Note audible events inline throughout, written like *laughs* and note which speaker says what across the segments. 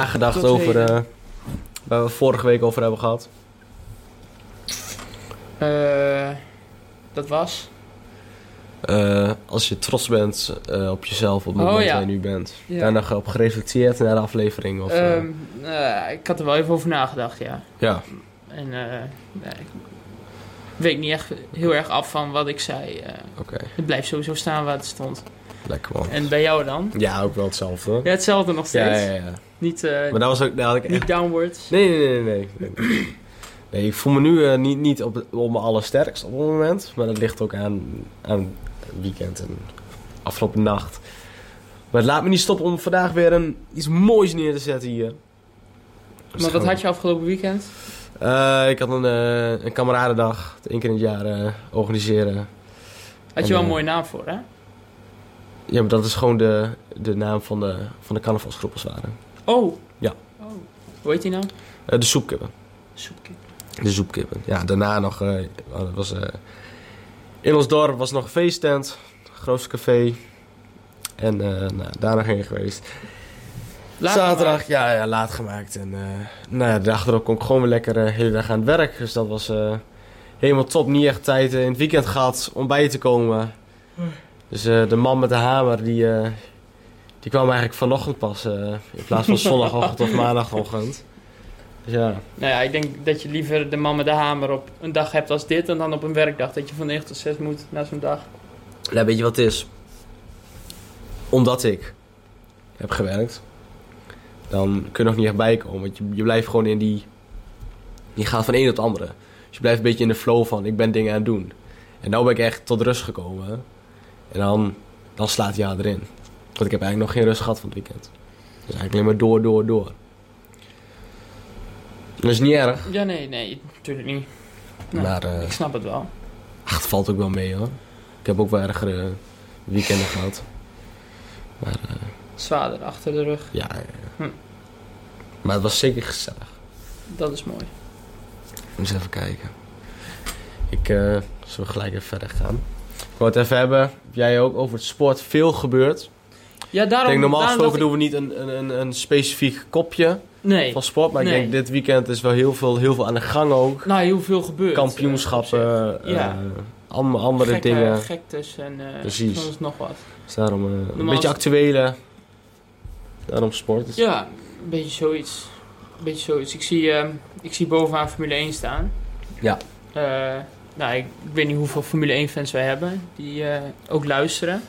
Speaker 1: nagedacht
Speaker 2: Tot
Speaker 1: over
Speaker 2: heden.
Speaker 1: eh, waar we vorige week over hebben gehad.
Speaker 2: Eh, dat was.
Speaker 1: Eh, als je trots bent eh, op jezelf op het
Speaker 2: Oh,
Speaker 1: moment
Speaker 2: ja.
Speaker 1: waar je nu bent.
Speaker 2: Ja.
Speaker 1: Daar nog op gereflecteerd naar de aflevering. nou, Of, eh,
Speaker 2: Ehm, eh, ik had er wel even over nagedacht, ja.
Speaker 1: ja.
Speaker 2: En eh, nee, ik weet niet echt heel erg af van wat ik zei. eh.
Speaker 1: Oké,
Speaker 2: het blijft sowieso staan waar het stond.
Speaker 1: lekker man.
Speaker 2: En bij jou dan?
Speaker 1: Ja, ook wel hetzelfde.
Speaker 2: Ja, hetzelfde nog
Speaker 1: Ja,
Speaker 2: steeds.
Speaker 1: ja, ja.
Speaker 2: Niet, eh,
Speaker 1: Maar dat was ook, daar had ik echt
Speaker 2: niet downwards.
Speaker 1: Nee, nee, nee, nee. nee. Nee, ik voel me nu eh, niet, niet op, het- op mijn allersterkst op het moment. Maar dat ligt ook aan, aan het weekend en afgelopen nacht. Maar het laat me niet stoppen om vandaag weer een, iets moois neer te zetten hier.
Speaker 2: Maar wat had je afgelopen weekend?
Speaker 1: Eh, ik had een, eh een kameradendag. Eén keer in het jaar eh, organiseren.
Speaker 2: Had je wel
Speaker 1: Eh,
Speaker 2: een mooie naam voor, hè?
Speaker 1: Ja, maar dat is gewoon de, de naam van de, van de carnavalsgroep als het ware.
Speaker 2: Oh!
Speaker 1: Ja.
Speaker 2: Oh. Hoe heet die nou?
Speaker 1: Eh, de soepkippen.
Speaker 2: Soepkip.
Speaker 1: De zoepkippen. Ja, daarna nog... eh, oh, dat was, eh, in ons dorp was nog een feesttent. Grootste café. En eh nou, daar nog heen geweest.
Speaker 2: Later
Speaker 1: Zaterdag,
Speaker 2: maar.
Speaker 1: ja, ja, laat gemaakt. En eh, nou ja, de dag erop kon ik gewoon weer lekker eh, de hele dag aan het werk. Dus dat was eh, helemaal top. Niet echt tijd eh, in het weekend gehad om bij te komen. Dus eh, de man met de hamer, die, eh, die kwam eigenlijk vanochtend pas. eh, in plaats van zondagochtend of maandagochtend. Dus ja...
Speaker 2: Nou ja, ik denk dat je liever de man met de hamer op een dag hebt als dit... en dan op een werkdag dat je van 9 tot 6 moet naar zo'n dag.
Speaker 1: Nou, weet je wat het is? Omdat ik heb gewerkt, dan kun je nog niet echt bijkomen. Want je, je blijft gewoon in die... Je gaat van een tot andere. Dus je blijft een beetje in de flow van, ik ben dingen aan het doen. En nou ben ik echt tot rust gekomen. En dan, dan slaat ja erin. Want ik heb eigenlijk nog geen rust gehad van het weekend. Dus eigenlijk alleen maar door, door, door. Dat is niet erg.
Speaker 2: Ja, nee, nee, natuurlijk niet. Nou,
Speaker 1: Maar eh,
Speaker 2: Ik snap het wel.
Speaker 1: ach, het valt ook wel mee hoor. Ik heb ook wel ergere weekenden gehad.
Speaker 2: Zwaarder achter de rug,
Speaker 1: Ja, ja, ja.
Speaker 2: Hm.
Speaker 1: Maar het was zeker gezellig.
Speaker 2: dat is mooi.
Speaker 1: Eens even kijken. Ik eh zal gelijk even verder gaan. Ik wou het even hebben, heb jij ook, over het sport veel gebeurd.
Speaker 2: Ja,
Speaker 1: ik
Speaker 2: daarom...
Speaker 1: denk normaal
Speaker 2: daarom dat
Speaker 1: gesproken doen we niet een, een, een, een specifiek kopje
Speaker 2: ik- Nee.
Speaker 1: van sport. Maar
Speaker 2: Nee.
Speaker 1: ik denk dit weekend is wel heel veel, heel veel aan de gang ook.
Speaker 2: Nou, heel veel gebeurt. Eh, op
Speaker 1: Kampioenschappen, eh
Speaker 2: Ja.
Speaker 1: allemaal
Speaker 2: zich.
Speaker 1: andere
Speaker 2: Gekke-
Speaker 1: dingen.
Speaker 2: Gektes en eh
Speaker 1: Precies.
Speaker 2: soms nog wat.
Speaker 1: Dus daarom eh, een
Speaker 2: Normaal
Speaker 1: beetje
Speaker 2: is-
Speaker 1: actuele. Daarom sport.
Speaker 2: Ja, een beetje zoiets. Een beetje zoiets. Ik zie, ehm, ik zie bovenaan Formule 1 staan.
Speaker 1: Ja.
Speaker 2: Eh, nou, ik, ik weet niet hoeveel Formule 1 fans wij hebben die eh, ook luisteren.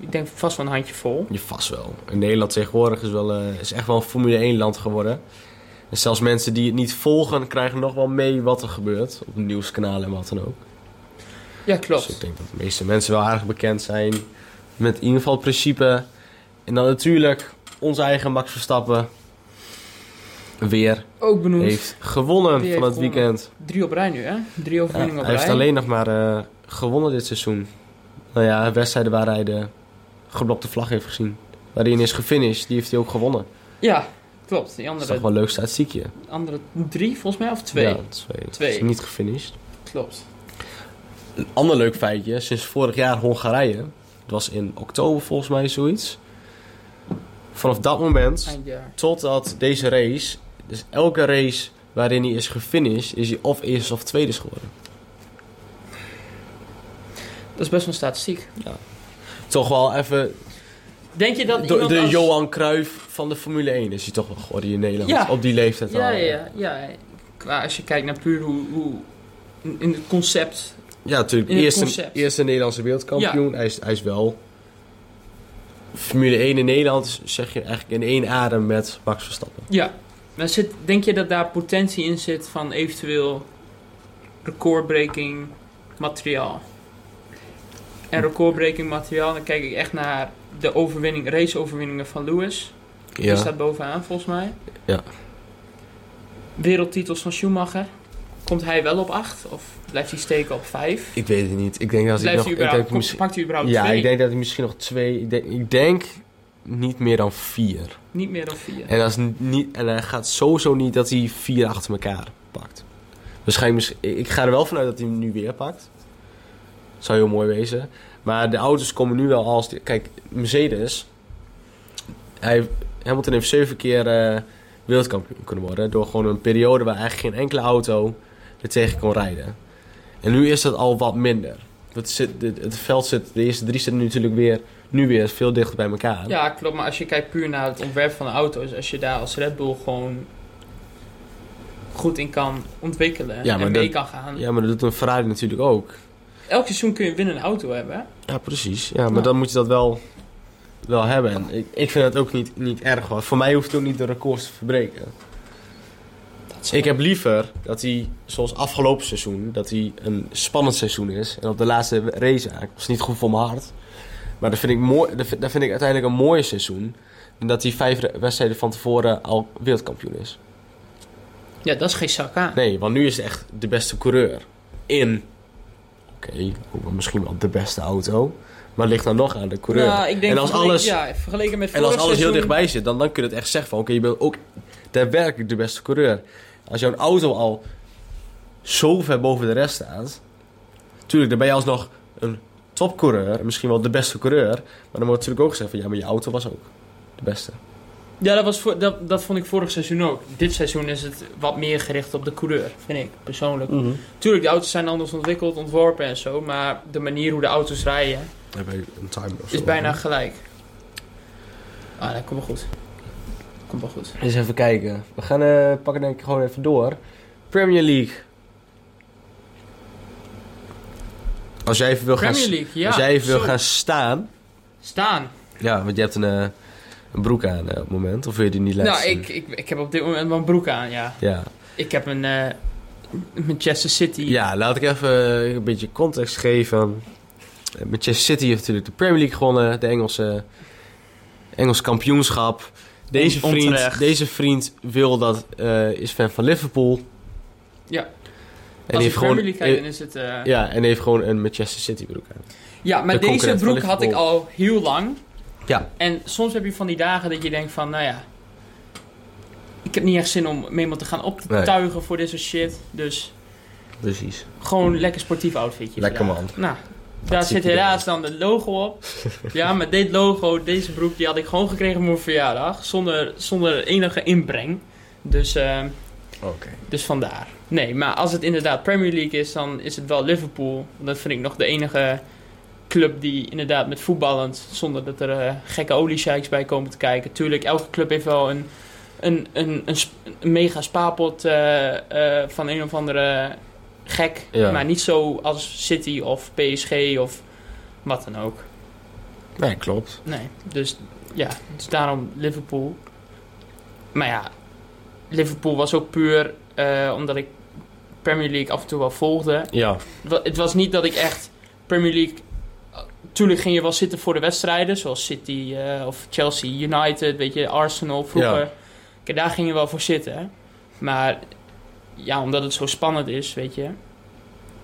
Speaker 2: Ik denk vast wel een handje vol.
Speaker 1: Je vast wel. In Nederland tegenwoordig is, wel, eh, is echt wel een Formule 1 land geworden. En zelfs mensen die het niet volgen, krijgen nog wel mee wat er gebeurt. Op nieuwskanalen en wat dan ook.
Speaker 2: Ja,
Speaker 1: Dus ik
Speaker 2: klopt.
Speaker 1: denk dat de meeste mensen wel aardig bekend zijn. Met in ieder geval het principe. En dan natuurlijk onze eigen Max Verstappen. Weer
Speaker 2: Ook benoemd.
Speaker 1: heeft gewonnen
Speaker 2: Die heeft
Speaker 1: van het
Speaker 2: gewonnen.
Speaker 1: weekend.
Speaker 2: Drie op rij nu, hè? Drie
Speaker 1: Ja,
Speaker 2: overwinningen op
Speaker 1: hij
Speaker 2: rij.
Speaker 1: heeft alleen nog maar eh, gewonnen dit seizoen. Nou ja, wedstrijden waar hij de geblokte vlag heeft gezien. Waarin is gefinished, die heeft hij ook gewonnen.
Speaker 2: Ja, klopt. Die
Speaker 1: Dat is toch
Speaker 2: andere,
Speaker 1: wel een leuk statistiekje.
Speaker 2: andere drie, volgens mij, of twee.
Speaker 1: Ja, twee.
Speaker 2: Twee.
Speaker 1: Is niet gefinished.
Speaker 2: Klopt.
Speaker 1: Een ander leuk feitje, sinds vorig jaar Hongarije. Dat was in oktober volgens mij zoiets. Vanaf dat moment
Speaker 2: Eindjaar.
Speaker 1: totdat deze race, dus elke race waarin hij is gefinished, is hij of eerste of tweede geworden.
Speaker 2: Dat is best wel een statistiek.
Speaker 1: Toch wel even
Speaker 2: Denk je dat
Speaker 1: de,
Speaker 2: iemand
Speaker 1: de
Speaker 2: als-
Speaker 1: Johan Cruijff van de Formule 1 is hij toch wel geworden in Nederland.
Speaker 2: Ja.
Speaker 1: Op die leeftijd
Speaker 2: Ja,
Speaker 1: al.
Speaker 2: ja, ja. ja. Qua- Als je kijkt naar puur hoe, hoe in, in het concept.
Speaker 1: Ja, natuurlijk.
Speaker 2: In het
Speaker 1: Eerste,
Speaker 2: concept.
Speaker 1: eerste Nederlandse wereldkampioen. Hij, is, hij is wel. Formule 1 in Nederland zeg je eigenlijk in één adem met Max Verstappen.
Speaker 2: Ja. Maar zit, denk je dat daar potentie in zit van eventueel recordbreaking materiaal? En recordbreaking materiaal, dan kijk ik echt naar de overwinning, raceoverwinningen van Lewis. Die staat bovenaan volgens mij.
Speaker 1: Ja.
Speaker 2: Wereldtitels van Schumacher. Komt hij wel op 8 of blijft hij steken op 5?
Speaker 1: Ik weet het niet. Ik denk dat hij
Speaker 2: Blijft
Speaker 1: nog.
Speaker 2: hij
Speaker 1: Ik denk
Speaker 2: überhaupt,
Speaker 1: misschien,
Speaker 2: pakt hij überhaupt
Speaker 1: ja,
Speaker 2: twee?
Speaker 1: ik denk dat hij misschien nog twee. Ik denk, ik denk niet meer dan vier.
Speaker 2: Niet meer dan 4.
Speaker 1: En, dat is n- niet, en hij gaat sowieso niet dat hij vier achter elkaar pakt. Waarschijnlijk. mis- Ik ik ga er wel vanuit dat hij hem nu weer pakt. Zou heel mooi wezen. Maar de auto's komen nu wel als. Kijk, Mercedes. Hij, Hamilton heeft zeven keer eh, wereldkampioen kunnen worden. Door gewoon een periode waar eigenlijk geen enkele auto er tegen kon rijden. En nu is dat al wat minder. Het, zit, het, het veld zit, de eerste drie zitten nu natuurlijk weer, nu weer veel dichter bij elkaar.
Speaker 2: Ja, klopt. Maar als je kijkt puur naar het ontwerp van de auto's, als je daar als Red Bull gewoon goed in kan ontwikkelen
Speaker 1: Ja, maar
Speaker 2: en mee
Speaker 1: dat-
Speaker 2: kan gaan.
Speaker 1: Ja, maar dat doet een Ferrari natuurlijk ook.
Speaker 2: Elk seizoen kun je winnen een auto hebben. hè?
Speaker 1: Ja, precies. Ja, maar
Speaker 2: Ja.
Speaker 1: dan moet je dat wel, wel hebben. En ik, ik vind het ook niet, niet erg. hoor. Voor mij hoeft het ook niet de records te verbreken. Ik heb liever dat hij, zoals afgelopen seizoen, dat hij een spannend seizoen is. En op de laatste race eigenlijk. Dat is niet goed voor mijn hart. Maar dat vind ik, mooi, dat vind, dat vind ik uiteindelijk een mooier seizoen. Dan dat hij vijf re- wedstrijden van tevoren al wereldkampioen is.
Speaker 2: Ja, dat is geen zak aan.
Speaker 1: Nee, want nu is het echt de beste coureur. In, oké, ook wel misschien wel de beste auto. Maar het ligt dan nog aan de coureur.
Speaker 2: Ja, Nou, ik denk
Speaker 1: en als
Speaker 2: vergeleken-
Speaker 1: alles,
Speaker 2: ja, vergeleken met
Speaker 1: en als
Speaker 2: vorig
Speaker 1: alles heel
Speaker 2: seizoen-
Speaker 1: dichtbij zit, dan, dan kun je het echt zeggen van... Oké, je bent ook daadwerkelijk de beste coureur. Als jouw auto al zo ver boven de rest staat... Tuurlijk, dan ben je alsnog een topcoureur. Misschien wel de beste coureur. Maar dan wordt natuurlijk ook gezegd van... Ja, maar je auto was ook de beste.
Speaker 2: Ja, dat, was voor, dat, dat vond ik vorig seizoen ook. Dit seizoen is het wat meer gericht op de coureur, vind ik persoonlijk.
Speaker 1: Mhm.
Speaker 2: Tuurlijk, de auto's zijn anders ontwikkeld, ontworpen en zo. Maar de manier hoe de auto's rijden
Speaker 1: Dan heb je een timer of
Speaker 2: is
Speaker 1: zo.
Speaker 2: bijna gelijk. Ah, dat komt wel goed. Komt wel goed.
Speaker 1: Eens even kijken. We gaan eh, pakken denk ik gewoon even door. Premier League. Als jij even wil, gaan,
Speaker 2: Premier
Speaker 1: s-
Speaker 2: League, ja.
Speaker 1: als jij even wil
Speaker 2: Zo,
Speaker 1: gaan staan...
Speaker 2: Staan.
Speaker 1: Ja, want je hebt een, eh, een broek aan eh, op het moment. Of wil je die niet laten
Speaker 2: Nou,
Speaker 1: zien?
Speaker 2: ik, ik, ik heb op dit moment wel een broek aan, ja.
Speaker 1: Ja.
Speaker 2: Ik heb een eh, Manchester City.
Speaker 1: ja, laat ik even eh, een beetje context geven. Eh, Manchester City heeft natuurlijk de Premier League gewonnen. De Engelse Engels kampioenschap. Deze
Speaker 2: On-
Speaker 1: vriend,
Speaker 2: onterecht.
Speaker 1: deze vriend wil dat, eh, is fan van Liverpool.
Speaker 2: Ja.
Speaker 1: En
Speaker 2: Als je
Speaker 1: heeft
Speaker 2: Premier
Speaker 1: gewoon,
Speaker 2: League kijkt, dan is het... eh, ja.
Speaker 1: ja, en heeft gewoon een Manchester City broek aan.
Speaker 2: maar
Speaker 1: de
Speaker 2: deze
Speaker 1: concurrent van
Speaker 2: broek had ik al heel lang.
Speaker 1: Ja.
Speaker 2: En soms heb je van die dagen dat je denkt van, nou ja... Ik heb niet echt zin om met iemand te gaan
Speaker 1: Nee.
Speaker 2: optuigen voor dit soort shit. Dus
Speaker 1: Precies.
Speaker 2: gewoon lekker sportief outfitje.
Speaker 1: Lekker
Speaker 2: vandaag.
Speaker 1: man.
Speaker 2: Nou, daar
Speaker 1: ziet
Speaker 2: zit
Speaker 1: hij
Speaker 2: helaas dan het logo
Speaker 1: *laughs*
Speaker 2: op. ja, maar dit logo, deze broek, die had ik gewoon gekregen voor mijn verjaardag. Zonder, zonder enige inbreng. Dus, eh,
Speaker 1: Oké.
Speaker 2: dus vandaar. Nee, maar als het inderdaad Premier League is, dan is het wel Liverpool. Dat vind ik nog de enige club die inderdaad met voetballend, zonder dat er eh, gekke oliesheiks bij komen te kijken. Tuurlijk, elke club heeft wel een, een, een, een, sp- een mega spaarpot eh, eh, van een of andere gek.
Speaker 1: Ja.
Speaker 2: Maar niet zo als City of PSG of wat dan ook.
Speaker 1: Nee, klopt.
Speaker 2: Nee, dus ja, dus daarom Liverpool. Maar ja, Liverpool was ook puur eh, omdat ik Premier League af en toe wel volgde.
Speaker 1: Ja.
Speaker 2: Wa- Het was niet dat ik echt Premier League. Tuurlijk ging je wel zitten voor de wedstrijden, zoals City eh, of Chelsea, United, weet je, Arsenal vroeger. Kijk, daar ging je wel voor zitten. Maar ja, omdat het zo spannend is, weet je,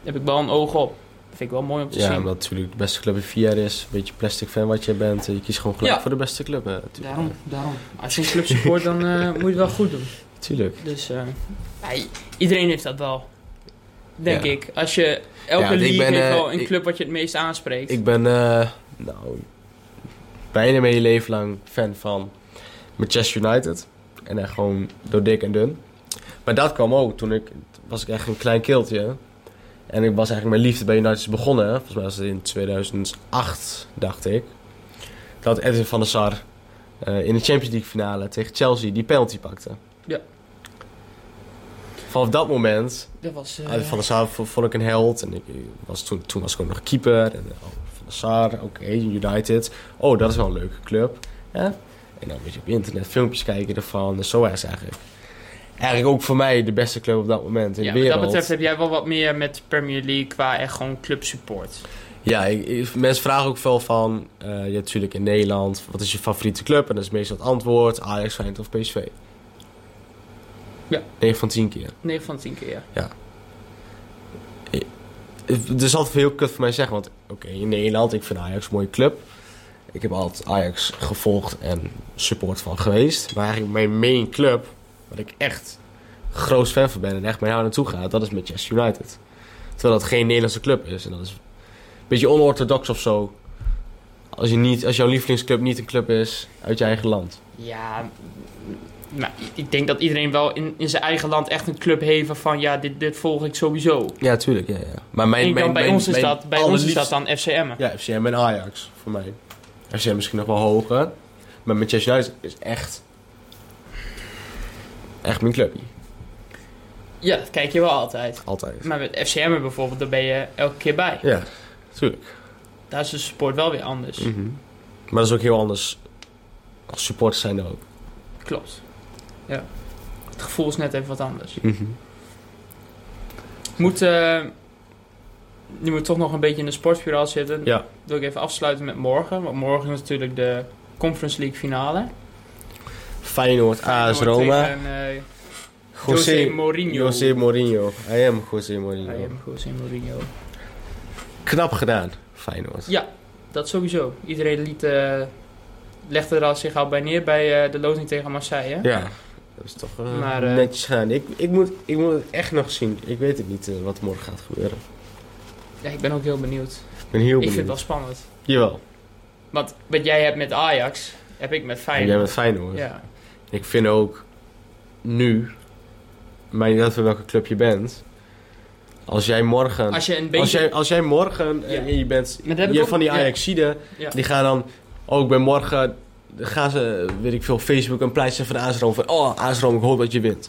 Speaker 2: heb ik wel een oog op. Vind ik wel mooi om te
Speaker 1: Ja,
Speaker 2: zien.
Speaker 1: omdat natuurlijk de beste club in vier jaar is. Een beetje plastic fan wat jij bent. Je kiest gewoon gelijk
Speaker 2: Ja.
Speaker 1: voor de beste club. hè, natuurlijk.
Speaker 2: Daarom, daarom. Als je een club support, dan eh, moet je het wel goed doen.
Speaker 1: Tuurlijk.
Speaker 2: Dus eh, ja, i- iedereen heeft dat wel. Denk
Speaker 1: Ja.
Speaker 2: ik. Als je elke
Speaker 1: Ja, ik
Speaker 2: league
Speaker 1: ben,
Speaker 2: heeft
Speaker 1: eh,
Speaker 2: wel een
Speaker 1: ik-
Speaker 2: club wat je het meest aanspreekt.
Speaker 1: Ik ben eh, nou, bijna mijn hele leven lang fan van Manchester United. En echt gewoon door dik en dun. Maar dat kwam ook toen ik... toen was ik echt een klein keeltje. En ik was eigenlijk mijn liefde bij United is begonnen. Volgens mij was het in 2008, dacht ik. Dat Edwin van der Sar eh, in de Champions League finale tegen Chelsea die penalty pakte.
Speaker 2: Ja.
Speaker 1: Vanaf dat moment
Speaker 2: dat was eh,
Speaker 1: ja, Van der Sar vo- vond ik een held. En ik was toen, toen was ik ook nog keeper. En, eh, oh, van der Sar, oké, United. Oh, dat is wel een leuke club. Ja? En dan weet je op internet filmpjes kijken ervan. Dus zo is eigenlijk. Eigenlijk ook voor mij de beste club op dat moment in
Speaker 2: ja,
Speaker 1: de
Speaker 2: wat
Speaker 1: wereld.
Speaker 2: dat betreft heb jij wel wat meer met Premier League qua echt gewoon club support.
Speaker 1: Ja, ik- ik- mensen vragen ook veel van... eh je hebt natuurlijk in Nederland, wat is je favoriete club? En dat is meestal het antwoord, Ajax, Feyenoord of PSV.
Speaker 2: Ja.
Speaker 1: 9 van 10 keer.
Speaker 2: 9 van 10 keer. ja.
Speaker 1: Het is altijd heel kut voor mij zeggen, want oké, in Nederland, ik vind Ajax een mooie club. Ik heb altijd Ajax gevolgd en support van geweest. Maar eigenlijk mijn main club, waar ik echt groot fan van ben en echt mijn haar naartoe gaat, dat is Manchester United. Terwijl dat geen Nederlandse club is. En dat is een beetje onorthodox of zo. Als, je niet, als jouw lievelingsclub niet een club is uit je eigen land.
Speaker 2: Ja, nou, ik- ik denk dat iedereen wel in, in zijn eigen land echt een club heeft van ja, dit, dit volg ik sowieso.
Speaker 1: Ja, tuurlijk. Ja, ja. Maar mijn,
Speaker 2: En
Speaker 1: mijn,
Speaker 2: dan bij
Speaker 1: mijn-
Speaker 2: ons is
Speaker 1: mijn
Speaker 2: dat, bij ons is
Speaker 1: allerliefste-
Speaker 2: dat dan FCM.
Speaker 1: Ja, FCM en Ajax voor mij. FCM misschien nog wel hoger. Maar Manchester United is echt. Echt mijn clubje.
Speaker 2: Ja, dat kijk je wel altijd.
Speaker 1: Altijd.
Speaker 2: Maar met FCM bijvoorbeeld, daar ben je elke keer bij.
Speaker 1: Ja, tuurlijk.
Speaker 2: Daar is de support wel weer anders.
Speaker 1: Mm. Maar dat is ook heel anders. Als supporters zijn er ook.
Speaker 2: Klopt. Ja. Het gevoel is net even wat anders. Moet, eh, nu moet toch nog een beetje in de sportspiraal zitten.
Speaker 1: Ja.
Speaker 2: Wil ik even afsluiten met morgen. Want morgen is natuurlijk de Conference League finale.
Speaker 1: Feyenoord, AS
Speaker 2: Feyenoord
Speaker 1: Ah, Roma.
Speaker 2: tegen, eh,
Speaker 1: José,
Speaker 2: José Mourinho.
Speaker 1: José Mourinho. I am José Mourinho.
Speaker 2: I am José Mourinho.
Speaker 1: Knap gedaan, Feyenoord.
Speaker 2: Ja, dat sowieso. Iedereen liet, eh, legde er al zich al bij neer bij eh, de loting tegen Marseille.
Speaker 1: Ja. Dat is toch eh,
Speaker 2: Maar, eh,
Speaker 1: netjes gedaan. Ik, ik, moet, ik moet het echt nog zien. Ik weet het niet eh, wat morgen gaat gebeuren.
Speaker 2: Ja, ik ben ook heel benieuwd.
Speaker 1: Ik ben heel
Speaker 2: Ik vind
Speaker 1: benieuwd.
Speaker 2: het wel spannend.
Speaker 1: Jawel.
Speaker 2: Want wat jij hebt met Ajax, heb ik met
Speaker 1: En jij
Speaker 2: Feyenoord.
Speaker 1: bent Feyenoord.
Speaker 2: Ja,
Speaker 1: Ik vind ook nu, maar niet uit welke club je bent, als jij morgen.
Speaker 2: als je een
Speaker 1: Als
Speaker 2: beetje...
Speaker 1: jij, als jij morgen eh,
Speaker 2: Ja.
Speaker 1: je bent. Je
Speaker 2: Maar dat heb ik
Speaker 1: hebt
Speaker 2: ook-
Speaker 1: van die
Speaker 2: ja.
Speaker 1: Ajaxiden,
Speaker 2: Ja.
Speaker 1: die gaan dan. Ook ik ben morgen. dan Gaan ze, weet ik veel, Facebook een pleister van AS Roma van. Oh, AS Roma, ik hoop dat je wint.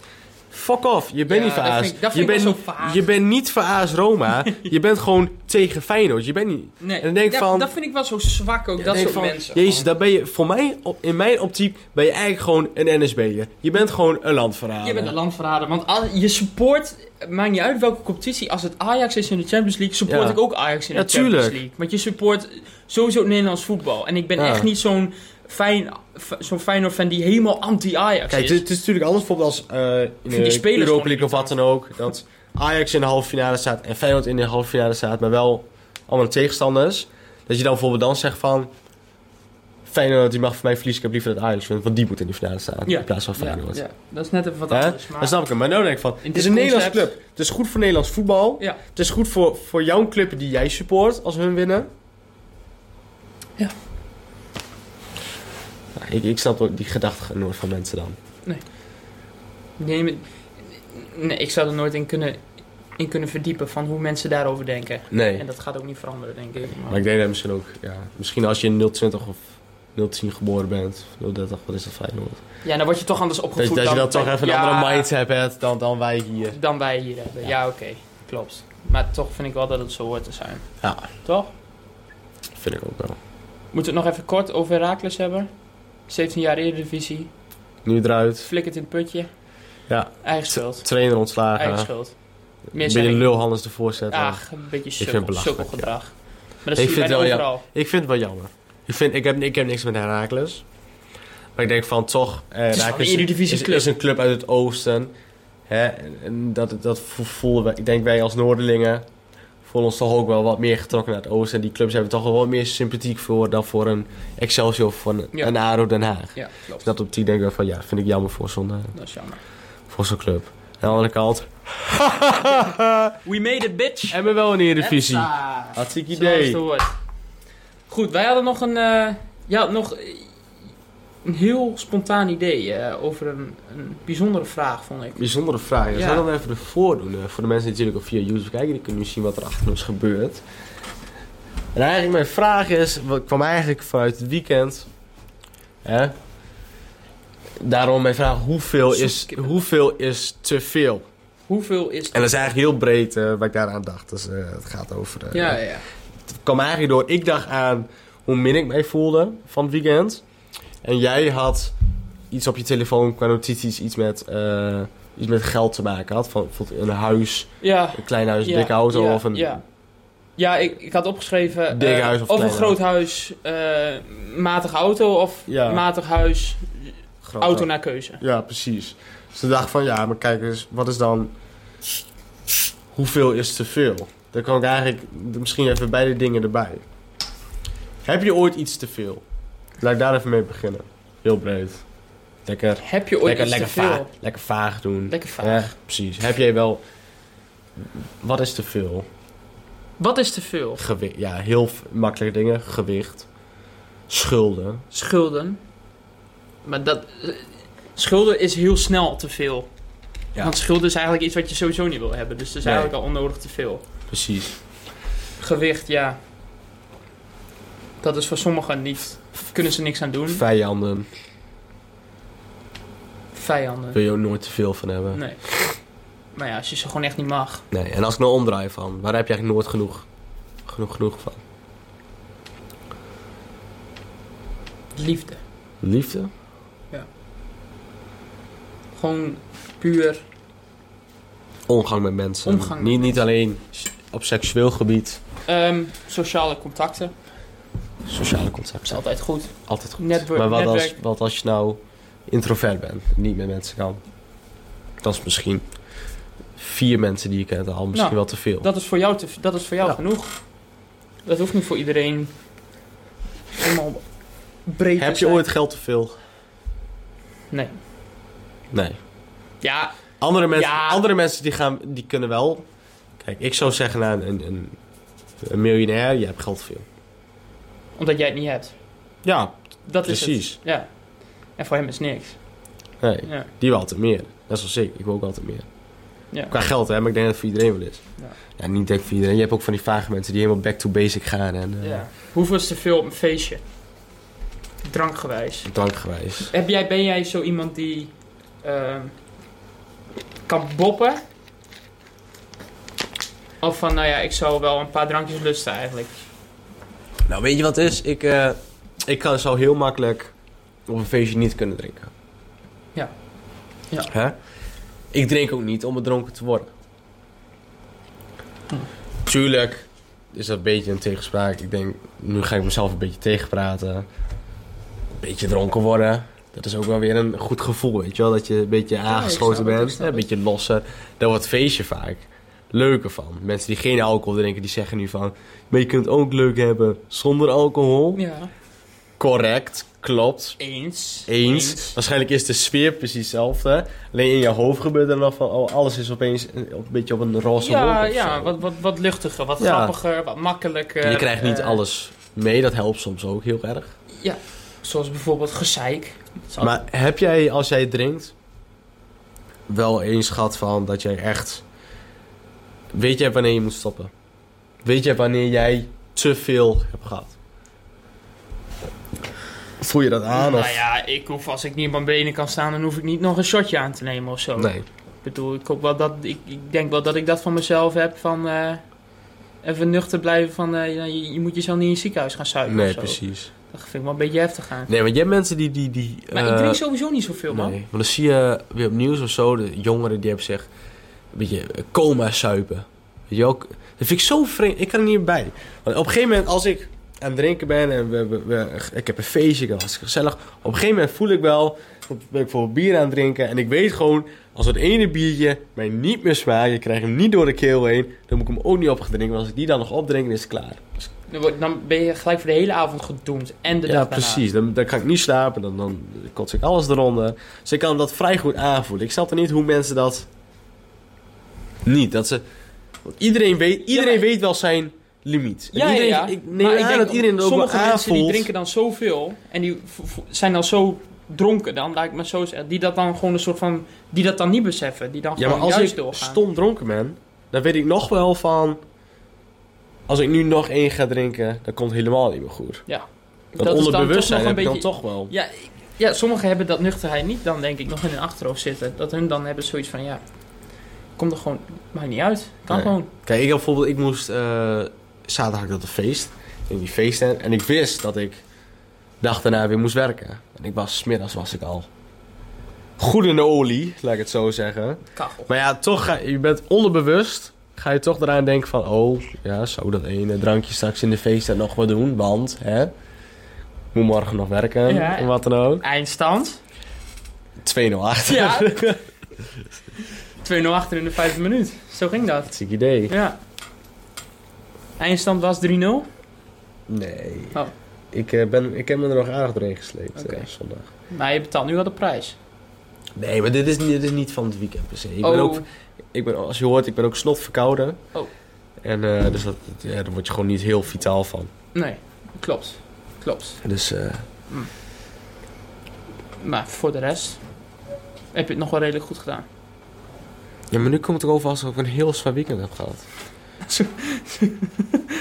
Speaker 1: Fuck off, je bent
Speaker 2: Ja,
Speaker 1: niet voor
Speaker 2: dat
Speaker 1: AS.
Speaker 2: vind ik- dat
Speaker 1: je,
Speaker 2: vind ik
Speaker 1: bent,
Speaker 2: wel
Speaker 1: niet-
Speaker 2: zo vaag.
Speaker 1: je bent niet voor AS Roma.
Speaker 2: *laughs*
Speaker 1: je bent gewoon tegen Feyenoord. Je bent niet.
Speaker 2: Nee,
Speaker 1: En dan denk ik
Speaker 2: dat,
Speaker 1: van-
Speaker 2: dat vind ik wel zo zwak ook,
Speaker 1: Ja,
Speaker 2: dat
Speaker 1: denk
Speaker 2: soort
Speaker 1: van,
Speaker 2: mensen.
Speaker 1: Jezus,
Speaker 2: Gewoon.
Speaker 1: daar ben je, voor mij, op, in mijn optiek, ben je eigenlijk gewoon een NSB'er. Je bent gewoon een landverrader.
Speaker 2: Je bent een landverrader, want als- je support, maakt niet uit welke competitie, als het Ajax is in de Champions League, support
Speaker 1: Ja.
Speaker 2: ik ook Ajax in
Speaker 1: Ja,
Speaker 2: de Champions
Speaker 1: tuurlijk.
Speaker 2: League. Want je support sowieso het Nederlands voetbal. En ik ben
Speaker 1: Ja.
Speaker 2: echt niet zo'n fijn, f- zo'n Feyenoord fan die helemaal anti-Ajax
Speaker 1: Kijk,
Speaker 2: is.
Speaker 1: het is, het is natuurlijk anders bijvoorbeeld als eh
Speaker 2: vind
Speaker 1: in
Speaker 2: die
Speaker 1: de
Speaker 2: spelers
Speaker 1: Europa
Speaker 2: gewoon
Speaker 1: League of wat dan ook. Dat Ajax in de halve finale staat en Feyenoord in de halve finale staat, maar wel allemaal tegenstanders. Dat je dan bijvoorbeeld dan zegt van... Feyenoord die mag voor mij verliezen, ik heb liever dat Ajax wint, want die moet in de finale staan
Speaker 2: Ja.
Speaker 1: in plaats van
Speaker 2: ja,
Speaker 1: Feyenoord.
Speaker 2: ja, dat is net even wat
Speaker 1: Hè?
Speaker 2: anders. Maar
Speaker 1: Dan snap ik hem. Maar nou denk ik van, het is een
Speaker 2: dit
Speaker 1: Nederlandse
Speaker 2: concept-
Speaker 1: club. Het is goed voor Nederlands voetbal.
Speaker 2: Ja.
Speaker 1: Het is goed voor, voor jouw club die jij support als hun winnen.
Speaker 2: Ja.
Speaker 1: Ja, Ik, ik snap ook die gedachte nooit van mensen dan.
Speaker 2: nee, maar- nee, ik zou er nooit in kunnen, in kunnen verdiepen van hoe mensen daarover denken.
Speaker 1: Nee.
Speaker 2: En dat gaat ook niet veranderen, denk ik. Maar-
Speaker 1: Maar ik denk dat misschien ook, ja, misschien als je in 020 of 010 geboren bent, of 030, wat is dat Feyenoord?
Speaker 2: Ja, dan word je toch anders
Speaker 1: Dat,
Speaker 2: opgevoed
Speaker 1: dat je dan toch even een
Speaker 2: ja,
Speaker 1: andere mindset hebt dan, dan wij hier.
Speaker 2: Dan wij hier hebben. Ja, oké. Klopt. Maar toch vind ik wel dat het zo hoort te zijn.
Speaker 1: Ja,
Speaker 2: Toch?
Speaker 1: vind ik ook wel.
Speaker 2: Moeten we het nog even kort over Heracles hebben? 17 jaar Eredivisie.
Speaker 1: Nu eruit,
Speaker 2: Flikkert in het putje.
Speaker 1: Ja.
Speaker 2: Eigen schuld.
Speaker 1: trainer
Speaker 2: Eigen
Speaker 1: ontslagen,
Speaker 2: schuld.
Speaker 1: een
Speaker 2: Meer
Speaker 1: beetje
Speaker 2: zeg ik.
Speaker 1: lulhandels ervoor zetten.
Speaker 2: Ach, een beetje
Speaker 1: vind het
Speaker 2: sukkel,
Speaker 1: belachelijk,
Speaker 2: sukkelgedrag. Maar dat
Speaker 1: Ik
Speaker 2: zie je
Speaker 1: vind
Speaker 2: bijna
Speaker 1: het wel, ja.
Speaker 2: overal.
Speaker 1: Ik vind het wel jammer. Ik, vind, ik, heb, ik heb niks met Herakles. Maar ik denk van toch, eh
Speaker 2: is wel
Speaker 1: Heracles
Speaker 2: een Eredivisie
Speaker 1: is,
Speaker 2: club.
Speaker 1: is een club uit het oosten. Hè? En, en dat, dat vo- voelen wij, ik denk wij als Noorderlingen, voelen ons toch ook wel wat meer getrokken naar het oosten. En die clubs hebben toch wel wat meer sympathiek voor dan voor een Excelsior of voor een,
Speaker 2: Ja.
Speaker 1: een ADO Den Haag.
Speaker 2: Ja,
Speaker 1: Dus
Speaker 2: klopt.
Speaker 1: dat op die denk ik wel van ja, vind ik jammer voor zo'n, eh,
Speaker 2: Dat is jammer.
Speaker 1: voor zo'n club. Aan de andere kant,
Speaker 2: We made it, bitch!
Speaker 1: hebben we wel een Eredivisie.
Speaker 2: Hetsa.
Speaker 1: Hartstikke
Speaker 2: Zoals het
Speaker 1: idee.
Speaker 2: hoort. Goed, wij hadden nog een, eh ja, nog eh, een heel spontaan idee eh, over een, een bijzondere vraag, vond ik.
Speaker 1: Bijzondere vraag. Ja.
Speaker 2: Ja.
Speaker 1: Zal ik hem even ervoor doen? eh, voor de mensen die natuurlijk op via YouTube kijken, die kunnen nu zien wat er achter ons gebeurt. En eigenlijk mijn vraag is, wat kwam eigenlijk vanuit het weekend. Hè? Daarom mijn vraag, hoeveel is,
Speaker 2: Zoetkippen.
Speaker 1: hoeveel is te veel?
Speaker 2: Hoeveel is
Speaker 1: En dat is eigenlijk heel breed eh wat ik daaraan dacht. Dus eh, het gaat over... eh,
Speaker 2: Ja, ja, ja.
Speaker 1: Het kwam eigenlijk door, ik dacht aan hoe min ik mij voelde van het weekend. En jij had iets op je telefoon qua notities, iets met, eh, iets met geld te maken had. Van bijvoorbeeld een huis,
Speaker 2: Ja,
Speaker 1: een klein huis, een
Speaker 2: ja,
Speaker 1: dikke auto
Speaker 2: ja,
Speaker 1: of een...
Speaker 2: Ja, ja ik, ik had opgeschreven...
Speaker 1: Dik
Speaker 2: eh,
Speaker 1: huis of
Speaker 2: een
Speaker 1: klein
Speaker 2: groot huis, eh matig auto of
Speaker 1: Ja.
Speaker 2: matig huis,
Speaker 1: groot
Speaker 2: auto naar keuze.
Speaker 1: Ja, precies. Dus ik dacht van, ja, maar kijk eens, wat is dan... Hoeveel is te veel? Dan kan ik eigenlijk misschien even beide dingen erbij. Heb je ooit iets te veel? Laat ik daar even mee beginnen. Heel breed. Lekker,
Speaker 2: Heb je ooit
Speaker 1: lekker,
Speaker 2: iets
Speaker 1: lekker,
Speaker 2: te veel?
Speaker 1: vaag, lekker vaag doen.
Speaker 2: Lekker vaag.
Speaker 1: Ja, precies. Heb jij wel... Wat is te veel?
Speaker 2: Wat is te veel?
Speaker 1: Gewicht. Ja, heel v- makkelijke dingen. Gewicht. Schulden.
Speaker 2: Schulden. Maar dat... eh, Schulden is heel snel te veel.
Speaker 1: Ja.
Speaker 2: Want schulden is eigenlijk iets wat je sowieso niet wil hebben. Dus het is
Speaker 1: Nee.
Speaker 2: eigenlijk al onnodig te veel.
Speaker 1: Precies.
Speaker 2: Gewicht, ja. Dat is voor sommigen niet. Kunnen ze niks aan doen.
Speaker 1: Vijanden
Speaker 2: Vijanden.
Speaker 1: wil je ook nooit te veel van hebben.
Speaker 2: Nee. Maar ja, als je ze gewoon echt niet mag.
Speaker 1: Nee, en als ik nou omdraai van, waar heb je eigenlijk nooit genoeg, genoeg, genoeg van?
Speaker 2: Liefde.
Speaker 1: Liefde?
Speaker 2: Gewoon puur.
Speaker 1: Omgang met mensen.
Speaker 2: Omgang met
Speaker 1: niet, niet alleen s- op seksueel gebied.
Speaker 2: ehm, sociale contacten.
Speaker 1: Sociale
Speaker 2: Dat is
Speaker 1: concepten.
Speaker 2: altijd goed.
Speaker 1: Altijd goed.
Speaker 2: Network-
Speaker 1: maar wat als,
Speaker 2: netwerk.
Speaker 1: wat als je nou introvert bent en niet met mensen kan? Dat is misschien vier mensen die je kent al misschien
Speaker 2: Nou,
Speaker 1: wel te veel.
Speaker 2: Dat is voor jou, te, dat is voor jou
Speaker 1: Ja.
Speaker 2: genoeg. Dat hoeft niet voor iedereen. Helemaal breed. te
Speaker 1: heb je
Speaker 2: zijn.
Speaker 1: ooit geld te veel?
Speaker 2: Nee.
Speaker 1: Nee.
Speaker 2: Ja,
Speaker 1: Andere mensen,
Speaker 2: Ja.
Speaker 1: andere mensen die, gaan, die kunnen wel. Kijk, ik zou zeggen nou, een, een, een miljonair, je hebt geld te veel.
Speaker 2: omdat jij het niet hebt.
Speaker 1: Ja,
Speaker 2: Dat is
Speaker 1: Precies.
Speaker 2: het. Ja. En voor hem is niks.
Speaker 1: nee,
Speaker 2: Ja.
Speaker 1: die wil altijd meer. Net zoals ik, ik wil ook altijd meer.
Speaker 2: Ja.
Speaker 1: Qua geld, hè, maar ik denk dat het voor iedereen wel is.
Speaker 2: Ja.
Speaker 1: Ja, niet denk ik voor iedereen. Je hebt ook van die vage mensen die helemaal back to basic gaan en eh,
Speaker 2: Ja. Hoeveel is te veel op een feestje? Drankgewijs.
Speaker 1: drankgewijs.
Speaker 2: Heb jij, ben jij zo iemand die ehm, kan boppen? Of van, nou ja, ik zou wel een paar drankjes lusten eigenlijk.
Speaker 1: Nou, weet je wat het is? Ik, eh, ik kan, zou heel makkelijk op een feestje niet kunnen drinken.
Speaker 2: Ja. Ja.
Speaker 1: Hè? Ik drink ook niet om bedronken te worden.
Speaker 2: Hm.
Speaker 1: Tuurlijk is dat een beetje een tegenspraak. Ik denk, nu ga ik mezelf een beetje tegenpraten. Een beetje dronken worden. Dat is ook wel weer een goed gevoel, weet je wel? Dat je een beetje aangesloten
Speaker 2: snap het, ik
Speaker 1: bent.
Speaker 2: snap
Speaker 1: Een
Speaker 2: het.
Speaker 1: beetje losser. Daar wordt het feestje vaak leuker van. Mensen die geen alcohol drinken, die zeggen nu van... Maar je kunt het ook leuk hebben zonder alcohol.
Speaker 2: Ja.
Speaker 1: Correct, klopt,
Speaker 2: Eens.
Speaker 1: eens. Waarschijnlijk is de sfeer precies hetzelfde. Alleen in je hoofd gebeurt er nog van... Oh, alles is opeens een, een beetje op een roze wolk
Speaker 2: Ja,
Speaker 1: of
Speaker 2: ja
Speaker 1: zo.
Speaker 2: wat, wat, wat luchtiger, wat
Speaker 1: Ja.
Speaker 2: grappiger, wat makkelijker.
Speaker 1: Je krijgt niet
Speaker 2: eh,
Speaker 1: alles mee, dat helpt soms ook heel erg.
Speaker 2: Zoals bijvoorbeeld gezeik. Dat is altijd-
Speaker 1: Maar heb jij, als jij drinkt... wel eens gehad van dat jij echt... Weet jij wanneer je moet stoppen? Weet jij wanneer jij te veel hebt gehad? Voel je dat aan?
Speaker 2: nou
Speaker 1: of?
Speaker 2: ja, ik hoef, als ik niet op mijn benen kan staan, dan hoef ik niet nog een shotje aan te nemen of zo.
Speaker 1: Nee.
Speaker 2: Ik bedoel, ik, hoop wel dat, ik, ik denk wel dat ik dat van mezelf heb. Van eh, even nuchter blijven van eh, je, je moet jezelf niet in het ziekenhuis gaan zuipen of
Speaker 1: Nee,
Speaker 2: zo.
Speaker 1: precies.
Speaker 2: Dat vind ik wel een beetje heftig aan.
Speaker 1: Nee, want je hebt mensen die... die, die
Speaker 2: Maar ik
Speaker 1: eh,
Speaker 2: drink sowieso niet zoveel, man.
Speaker 1: Nee, want dan zie je weer op nieuws of zo, de jongeren die hebben zich een beetje eh, coma zuipen. Weet je ook? Dat vind ik zo vreemd. Ik kan er niet bij. Want op een gegeven moment, als ik aan het drinken ben en we, we- we- ik heb een feestje, ik heb hartstikke gezellig. Op een gegeven moment voel ik wel, ben ik bijvoorbeeld bier aan het drinken. En ik weet gewoon, als het ene biertje mij niet meer smaakt, ik krijg hem niet door de keel heen, dan moet ik hem ook niet opgedrinken. Want als ik die dan nog opdrink, dan is het klaar.
Speaker 2: Dan word- Dan ben je gelijk voor de hele avond gedoemd. En de
Speaker 1: Ja,
Speaker 2: dag daarna.
Speaker 1: precies. Dan, dan kan ik niet slapen. Dan, dan kots ik alles eronder. Dus ik kan dat vrij goed aanvoelen. Ik snap er niet hoe mensen dat... Niet, dat ze... Want iedereen weet, iedereen
Speaker 2: maar-
Speaker 1: weet wel zijn limiet. En
Speaker 2: Ja,
Speaker 1: iedereen,
Speaker 2: ja, ja.
Speaker 1: Ik
Speaker 2: Maar
Speaker 1: neem aan
Speaker 2: ik denk
Speaker 1: dat iedereen dat ook wel
Speaker 2: sommige mensen die
Speaker 1: aanvoelt.
Speaker 2: drinken dan zoveel en die v- v- zijn dan zo dronken dan, laat ik maar zo zeggen, die dat dan gewoon een soort van, die dat dan niet beseffen, die dan
Speaker 1: Ja, maar
Speaker 2: gewoon
Speaker 1: als
Speaker 2: juist
Speaker 1: ik
Speaker 2: doorgaan.
Speaker 1: stom dronken ben... Dan weet ik nog wel van... Als ik nu nog één ga drinken... Dan komt het helemaal niet meer goed. Dat,
Speaker 2: is dan
Speaker 1: onderbewustzijn
Speaker 2: toch nog
Speaker 1: heb
Speaker 2: een
Speaker 1: ik dan toch wel.
Speaker 2: Ja, ik- ja, sommigen hebben dat nuchterheid niet dan, denk ik, nog in hun achterhoofd zitten. Dat hun dan hebben zoiets van, ja, kom er gewoon, maakt niet uit. Kan
Speaker 1: Nee.
Speaker 2: gewoon.
Speaker 1: Kijk, ik heb bijvoorbeeld, ik moest eh, zaterdag had ik dat een feest in die feesten en ik wist dat ik dag daarna weer moest werken. En ik was 's middags was ik al goed in de olie, laat ik het zo zeggen.
Speaker 2: Kachel.
Speaker 1: Maar ja, toch ga, je bent onderbewust ga je toch eraan denken van oh ja, zou dat ene drankje straks in de feesten nog wel doen, want hè, ik moet morgen nog werken
Speaker 2: Ja.
Speaker 1: en wat dan ook. *laughs*
Speaker 2: Eindstand.
Speaker 1: 2-0 achter.
Speaker 2: *laughs* Ja. 2-0 achter in de vijfde minuut. Zo ging dat.
Speaker 1: Ziek idee.
Speaker 2: Ja. Eindstand was 3-0.
Speaker 1: Nee.
Speaker 2: Oh.
Speaker 1: Ik, eh, ben, ik heb me er nog aardig doorheen gesleept
Speaker 2: Oké.
Speaker 1: eh, zondag.
Speaker 2: Maar je betaalt nu wel de prijs.
Speaker 1: Nee, maar dit is, dit is niet van het weekend per se. Ik
Speaker 2: Oh.
Speaker 1: ben ook, ik ben, als je hoort, ik ben ook snot verkouden.
Speaker 2: Oh.
Speaker 1: En eh, dus dat, ja, daar word je gewoon niet heel vitaal van.
Speaker 2: Nee, klopt. Klopt.
Speaker 1: Dus eh,
Speaker 2: Maar voor de rest, heb je het nog wel redelijk goed gedaan.
Speaker 1: Ja, maar nu komt het over alsof ik een heel zwaar weekend heb gehad.
Speaker 2: *laughs*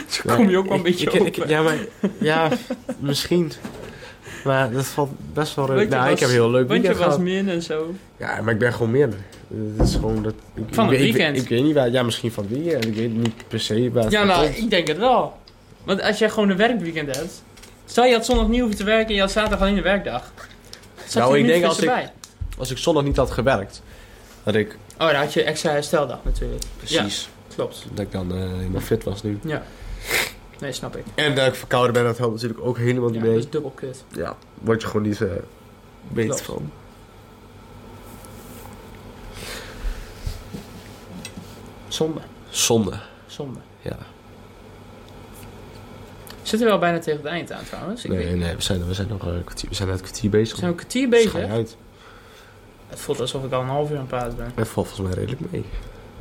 Speaker 2: Zo
Speaker 1: Ja,
Speaker 2: kom je ook wel een
Speaker 1: ik-
Speaker 2: beetje
Speaker 1: ik-
Speaker 2: over.
Speaker 1: ik- Ja, maar... Ja, misschien. Maar dat valt best wel
Speaker 2: Want
Speaker 1: leuk.
Speaker 2: je
Speaker 1: Nou, ik
Speaker 2: was-
Speaker 1: heb een heel leuk
Speaker 2: Want je
Speaker 1: weekend
Speaker 2: was
Speaker 1: gehad.
Speaker 2: min en zo.
Speaker 1: Ja, maar ik ben gewoon meer. Het is gewoon dat... Ik,
Speaker 2: Van
Speaker 1: ik
Speaker 2: het
Speaker 1: weet- ik weet-
Speaker 2: weekend.
Speaker 1: Ik, weet niet waar... Ja, misschien van het weekend. Ik weet niet per se waar het
Speaker 2: Ja,
Speaker 1: van
Speaker 2: nou,
Speaker 1: komt.
Speaker 2: ik denk het wel. Want als jij gewoon een werkweekend hebt... Stel, je had zondag niet hoeven te werken en je had zaterdag alleen een werkdag. Zat
Speaker 1: Nou,
Speaker 2: je er
Speaker 1: ik
Speaker 2: niet
Speaker 1: denk als
Speaker 2: tussenbij.
Speaker 1: Als ik zondag niet had gewerkt, dat ik...
Speaker 2: Oh, dan had je extra hersteldag natuurlijk.
Speaker 1: Precies.
Speaker 2: Klopt.
Speaker 1: Dat ik dan eh, helemaal fit was nu.
Speaker 2: Nee, snap ik.
Speaker 1: En dat ik verkouden ben, dat helpt natuurlijk ook helemaal
Speaker 2: Ja,
Speaker 1: niet
Speaker 2: dat
Speaker 1: mee.
Speaker 2: is dubbel kut.
Speaker 1: ja, word je gewoon niet eh
Speaker 2: Klopt.
Speaker 1: beter van.
Speaker 2: Zonde.
Speaker 1: Zonde.
Speaker 2: Zonde.
Speaker 1: Ja.
Speaker 2: We Zitten wel bijna tegen het eind aan trouwens. Ik weet-
Speaker 1: Nee, nee, we zijn, we zijn nog een kwartier, we zijn net een kwartier bezig.
Speaker 2: We zijn ook een kwartier
Speaker 1: Schaai
Speaker 2: bezig.
Speaker 1: uit.
Speaker 2: Het voelt alsof ik al een half uur aan het praten ben.
Speaker 1: Dat valt volgens mij redelijk mee.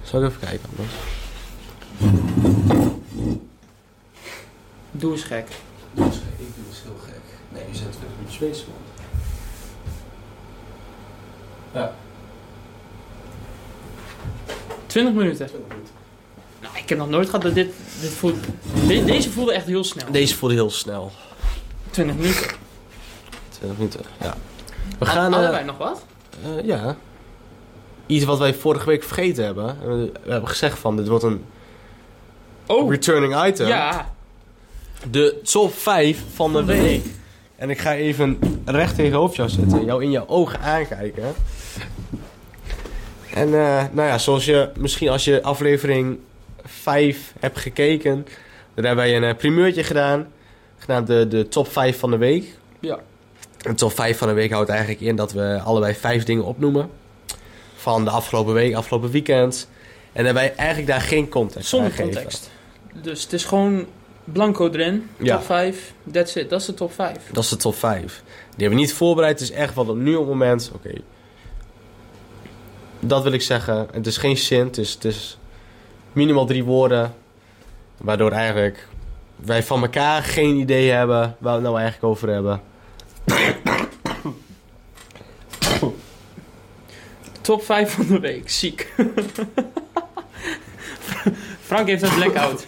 Speaker 1: Zal ik even kijken anders?
Speaker 2: Doe eens gek.
Speaker 1: Ik doe het heel gek. Nee, je zet het met Zweeds man. Ja.
Speaker 2: 20 minuten. Nou, ik heb nog nooit gehad dat dit... dit voelt, de- deze voelde echt heel snel.
Speaker 1: Deze voelde heel snel.
Speaker 2: 20 minuten.
Speaker 1: 20 minuten. Ja. We
Speaker 2: We gaan...
Speaker 1: gaan... eh,
Speaker 2: Allebei nog wat?
Speaker 1: eh, ja. Iets wat wij vorige week vergeten hebben. En We we hebben gezegd van, dit wordt een
Speaker 2: Oh,
Speaker 1: returning item.
Speaker 2: ja.
Speaker 1: De top 5 van de week. En ik ga even recht tegenover jou zitten. en Jou in jouw ogen aankijken. En eh, nou ja, zoals je misschien als je aflevering 5 hebt gekeken. Dan hebben wij een eh, primeurtje gedaan. Genaamd de, de top 5 van de week.
Speaker 2: Ja.
Speaker 1: En top 5 van de week houdt eigenlijk in dat we allebei vijf dingen opnoemen. Van de afgelopen week, afgelopen weekend. En dat wij eigenlijk daar geen context aan
Speaker 2: Zonder
Speaker 1: geven.
Speaker 2: context. Dus het is gewoon blanco erin. Top
Speaker 1: Ja.
Speaker 2: 5. That's it. Dat is de top 5.
Speaker 1: Dat is de top 5. Die hebben we niet voorbereid. Het is echt wat op nu op het moment. Oké. Dat wil ik zeggen. Het is geen zin. Het is, het is minimaal drie woorden. Waardoor eigenlijk wij van elkaar geen idee hebben waar we het nou eigenlijk over hebben.
Speaker 2: Top 5 van de week. Ziek. *laughs* Frank heeft een blackout. *laughs*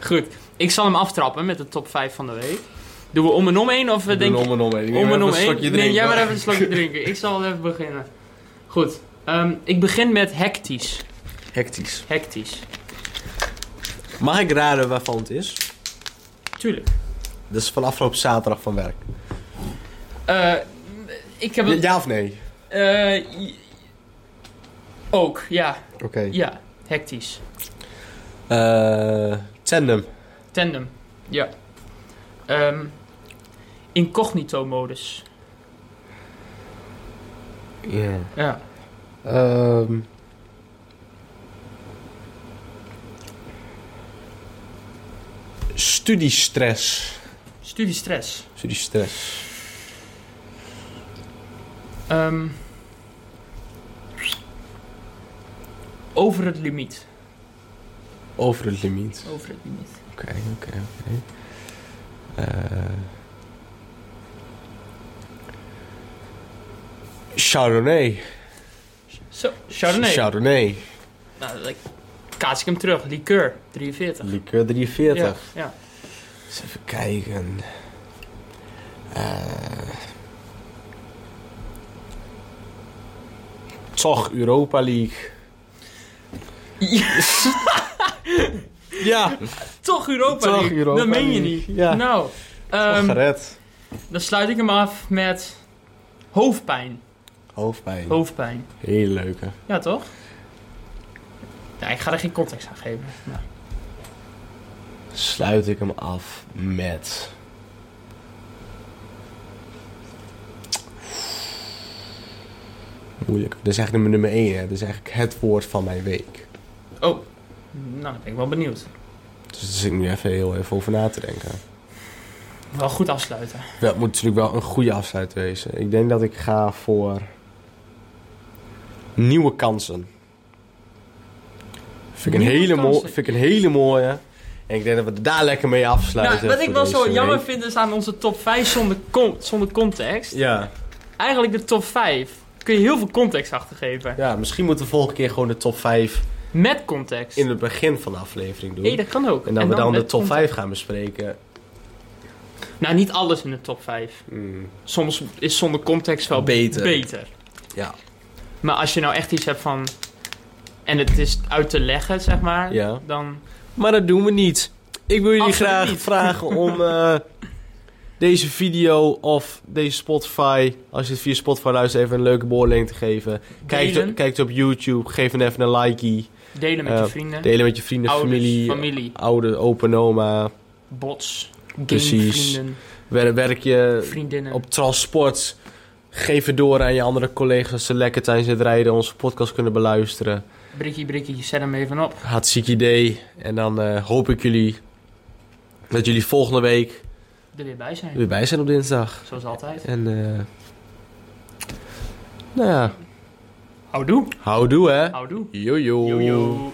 Speaker 2: Goed. Ik zal hem aftrappen met de top 5 van de week. Doen we om en om één of we
Speaker 1: Ik doe
Speaker 2: denken...
Speaker 1: om en om heen. Ik
Speaker 2: Om
Speaker 1: neem even
Speaker 2: en om
Speaker 1: een
Speaker 2: één.
Speaker 1: slokje
Speaker 2: Nee,
Speaker 1: drinken.
Speaker 2: jij maar even een
Speaker 1: *laughs*
Speaker 2: slokje drinken. Ik zal wel even beginnen. Goed. Ehm, ik begin met hectisch.
Speaker 1: Hectisch.
Speaker 2: Hectisch.
Speaker 1: Mag ik raden waarvan het is?
Speaker 2: Tuurlijk.
Speaker 1: Dat is van afgelopen zaterdag van werk.
Speaker 2: Eh, ik heb
Speaker 1: Ja,
Speaker 2: het...
Speaker 1: of nee?
Speaker 2: eh, j- ook, ja.
Speaker 1: Oké.
Speaker 2: Ja, hectisch.
Speaker 1: Eh, tandem.
Speaker 2: Tandem. Ja. Ehm, Incognito-modus.
Speaker 1: Ja.
Speaker 2: Ja.
Speaker 1: Ehm. Studiestress.
Speaker 2: Studiestress.
Speaker 1: Studiestress.
Speaker 2: Ehm, over het limiet.
Speaker 1: Over het limiet.
Speaker 2: Over het limiet.
Speaker 1: Oké, oké, oké. Eh, Chardonnay.
Speaker 2: Zo, Chardonnay.
Speaker 1: Chardonnay.
Speaker 2: nou, dan kaats ik hem terug. Liqueur, 43.
Speaker 1: Liqueur 43.
Speaker 2: Ja, ja.
Speaker 1: Eens Dus even kijken. Eh, toch, Europa League. Ja,
Speaker 2: *laughs* Toch Europa
Speaker 1: Toch
Speaker 2: League.
Speaker 1: Europa
Speaker 2: dat meen je
Speaker 1: League.
Speaker 2: niet.
Speaker 1: Ja.
Speaker 2: Nou,
Speaker 1: toch
Speaker 2: ehm,
Speaker 1: gered.
Speaker 2: dan sluit ik hem af met hoofdpijn.
Speaker 1: Hoofdpijn.
Speaker 2: Hoofdpijn.
Speaker 1: Heel leuke.
Speaker 2: Ja, toch? Ja, ik ga er geen context aan geven. Nou.
Speaker 1: Sluit ik hem af met... Moeilijk. Dat is eigenlijk nummer- nummer 1, hè. Dat is eigenlijk het woord van mijn week.
Speaker 2: Oh, nou dan ben ik wel benieuwd.
Speaker 1: Dus daar zit ik nu even heel even over na te denken.
Speaker 2: Wel goed afsluiten.
Speaker 1: Wel, het moet natuurlijk wel een goede afsluit wezen. Ik denk dat ik ga voor nieuwe kansen. Vind ik, een
Speaker 2: Nieuwe
Speaker 1: hele mooie,
Speaker 2: kansen.
Speaker 1: vind ik een hele mooie. En ik denk dat we daar lekker mee afsluiten.
Speaker 2: Nou, wat ik
Speaker 1: voor
Speaker 2: wel zo
Speaker 1: deze
Speaker 2: jammer
Speaker 1: week.
Speaker 2: vind is aan onze top 5 zonder, con- zonder context.
Speaker 1: Ja,
Speaker 2: eigenlijk de top 5. Kun je heel veel context achtergeven.
Speaker 1: Ja, misschien moeten we volgende keer gewoon de top 5
Speaker 2: Met context.
Speaker 1: in het begin van de aflevering doen.
Speaker 2: Hé, dat kan ook.
Speaker 1: en dat we dan de
Speaker 2: met
Speaker 1: top
Speaker 2: context.
Speaker 1: 5 gaan bespreken.
Speaker 2: Nou, niet alles in de top 5.
Speaker 1: Mm,
Speaker 2: Soms is zonder context wel
Speaker 1: Beter.
Speaker 2: beter.
Speaker 1: Ja.
Speaker 2: Maar als je nou echt iets hebt van... En het is uit te leggen, zeg maar.
Speaker 1: Ja.
Speaker 2: Dan...
Speaker 1: Maar dat doen we niet. Ik wil jullie
Speaker 2: Absoluut
Speaker 1: graag
Speaker 2: niet.
Speaker 1: vragen
Speaker 2: *laughs*
Speaker 1: om eh, deze video of deze Spotify, als je het via Spotify luistert, even een leuke beoordeling te geven. Kijk,
Speaker 2: Delen.
Speaker 1: het- kijk het op YouTube, geef een even een likey.
Speaker 2: Delen met
Speaker 1: Eh,
Speaker 2: je vrienden.
Speaker 1: Delen met je vrienden,
Speaker 2: ouders,
Speaker 1: familie, eh, oude opa en oma.
Speaker 2: bots.
Speaker 1: Precies.
Speaker 2: Gamevrienden.
Speaker 1: Wer- Werk je
Speaker 2: Vriendinnen.
Speaker 1: op transport. Geef het door aan je andere collega's als ze lekker tijdens het rijden onze podcast kunnen beluisteren.
Speaker 2: Brikkie, brikkie. Zet hem even op.
Speaker 1: Hartstikke idee. En dan eh, hoop ik jullie dat jullie volgende week
Speaker 2: Er weer bij zijn.
Speaker 1: weer bij zijn op dinsdag.
Speaker 2: Zoals altijd.
Speaker 1: En eh nou ja,
Speaker 2: Houdoe.
Speaker 1: houdoe hè.
Speaker 2: Houdoe.
Speaker 1: Jojo.
Speaker 2: Jojo.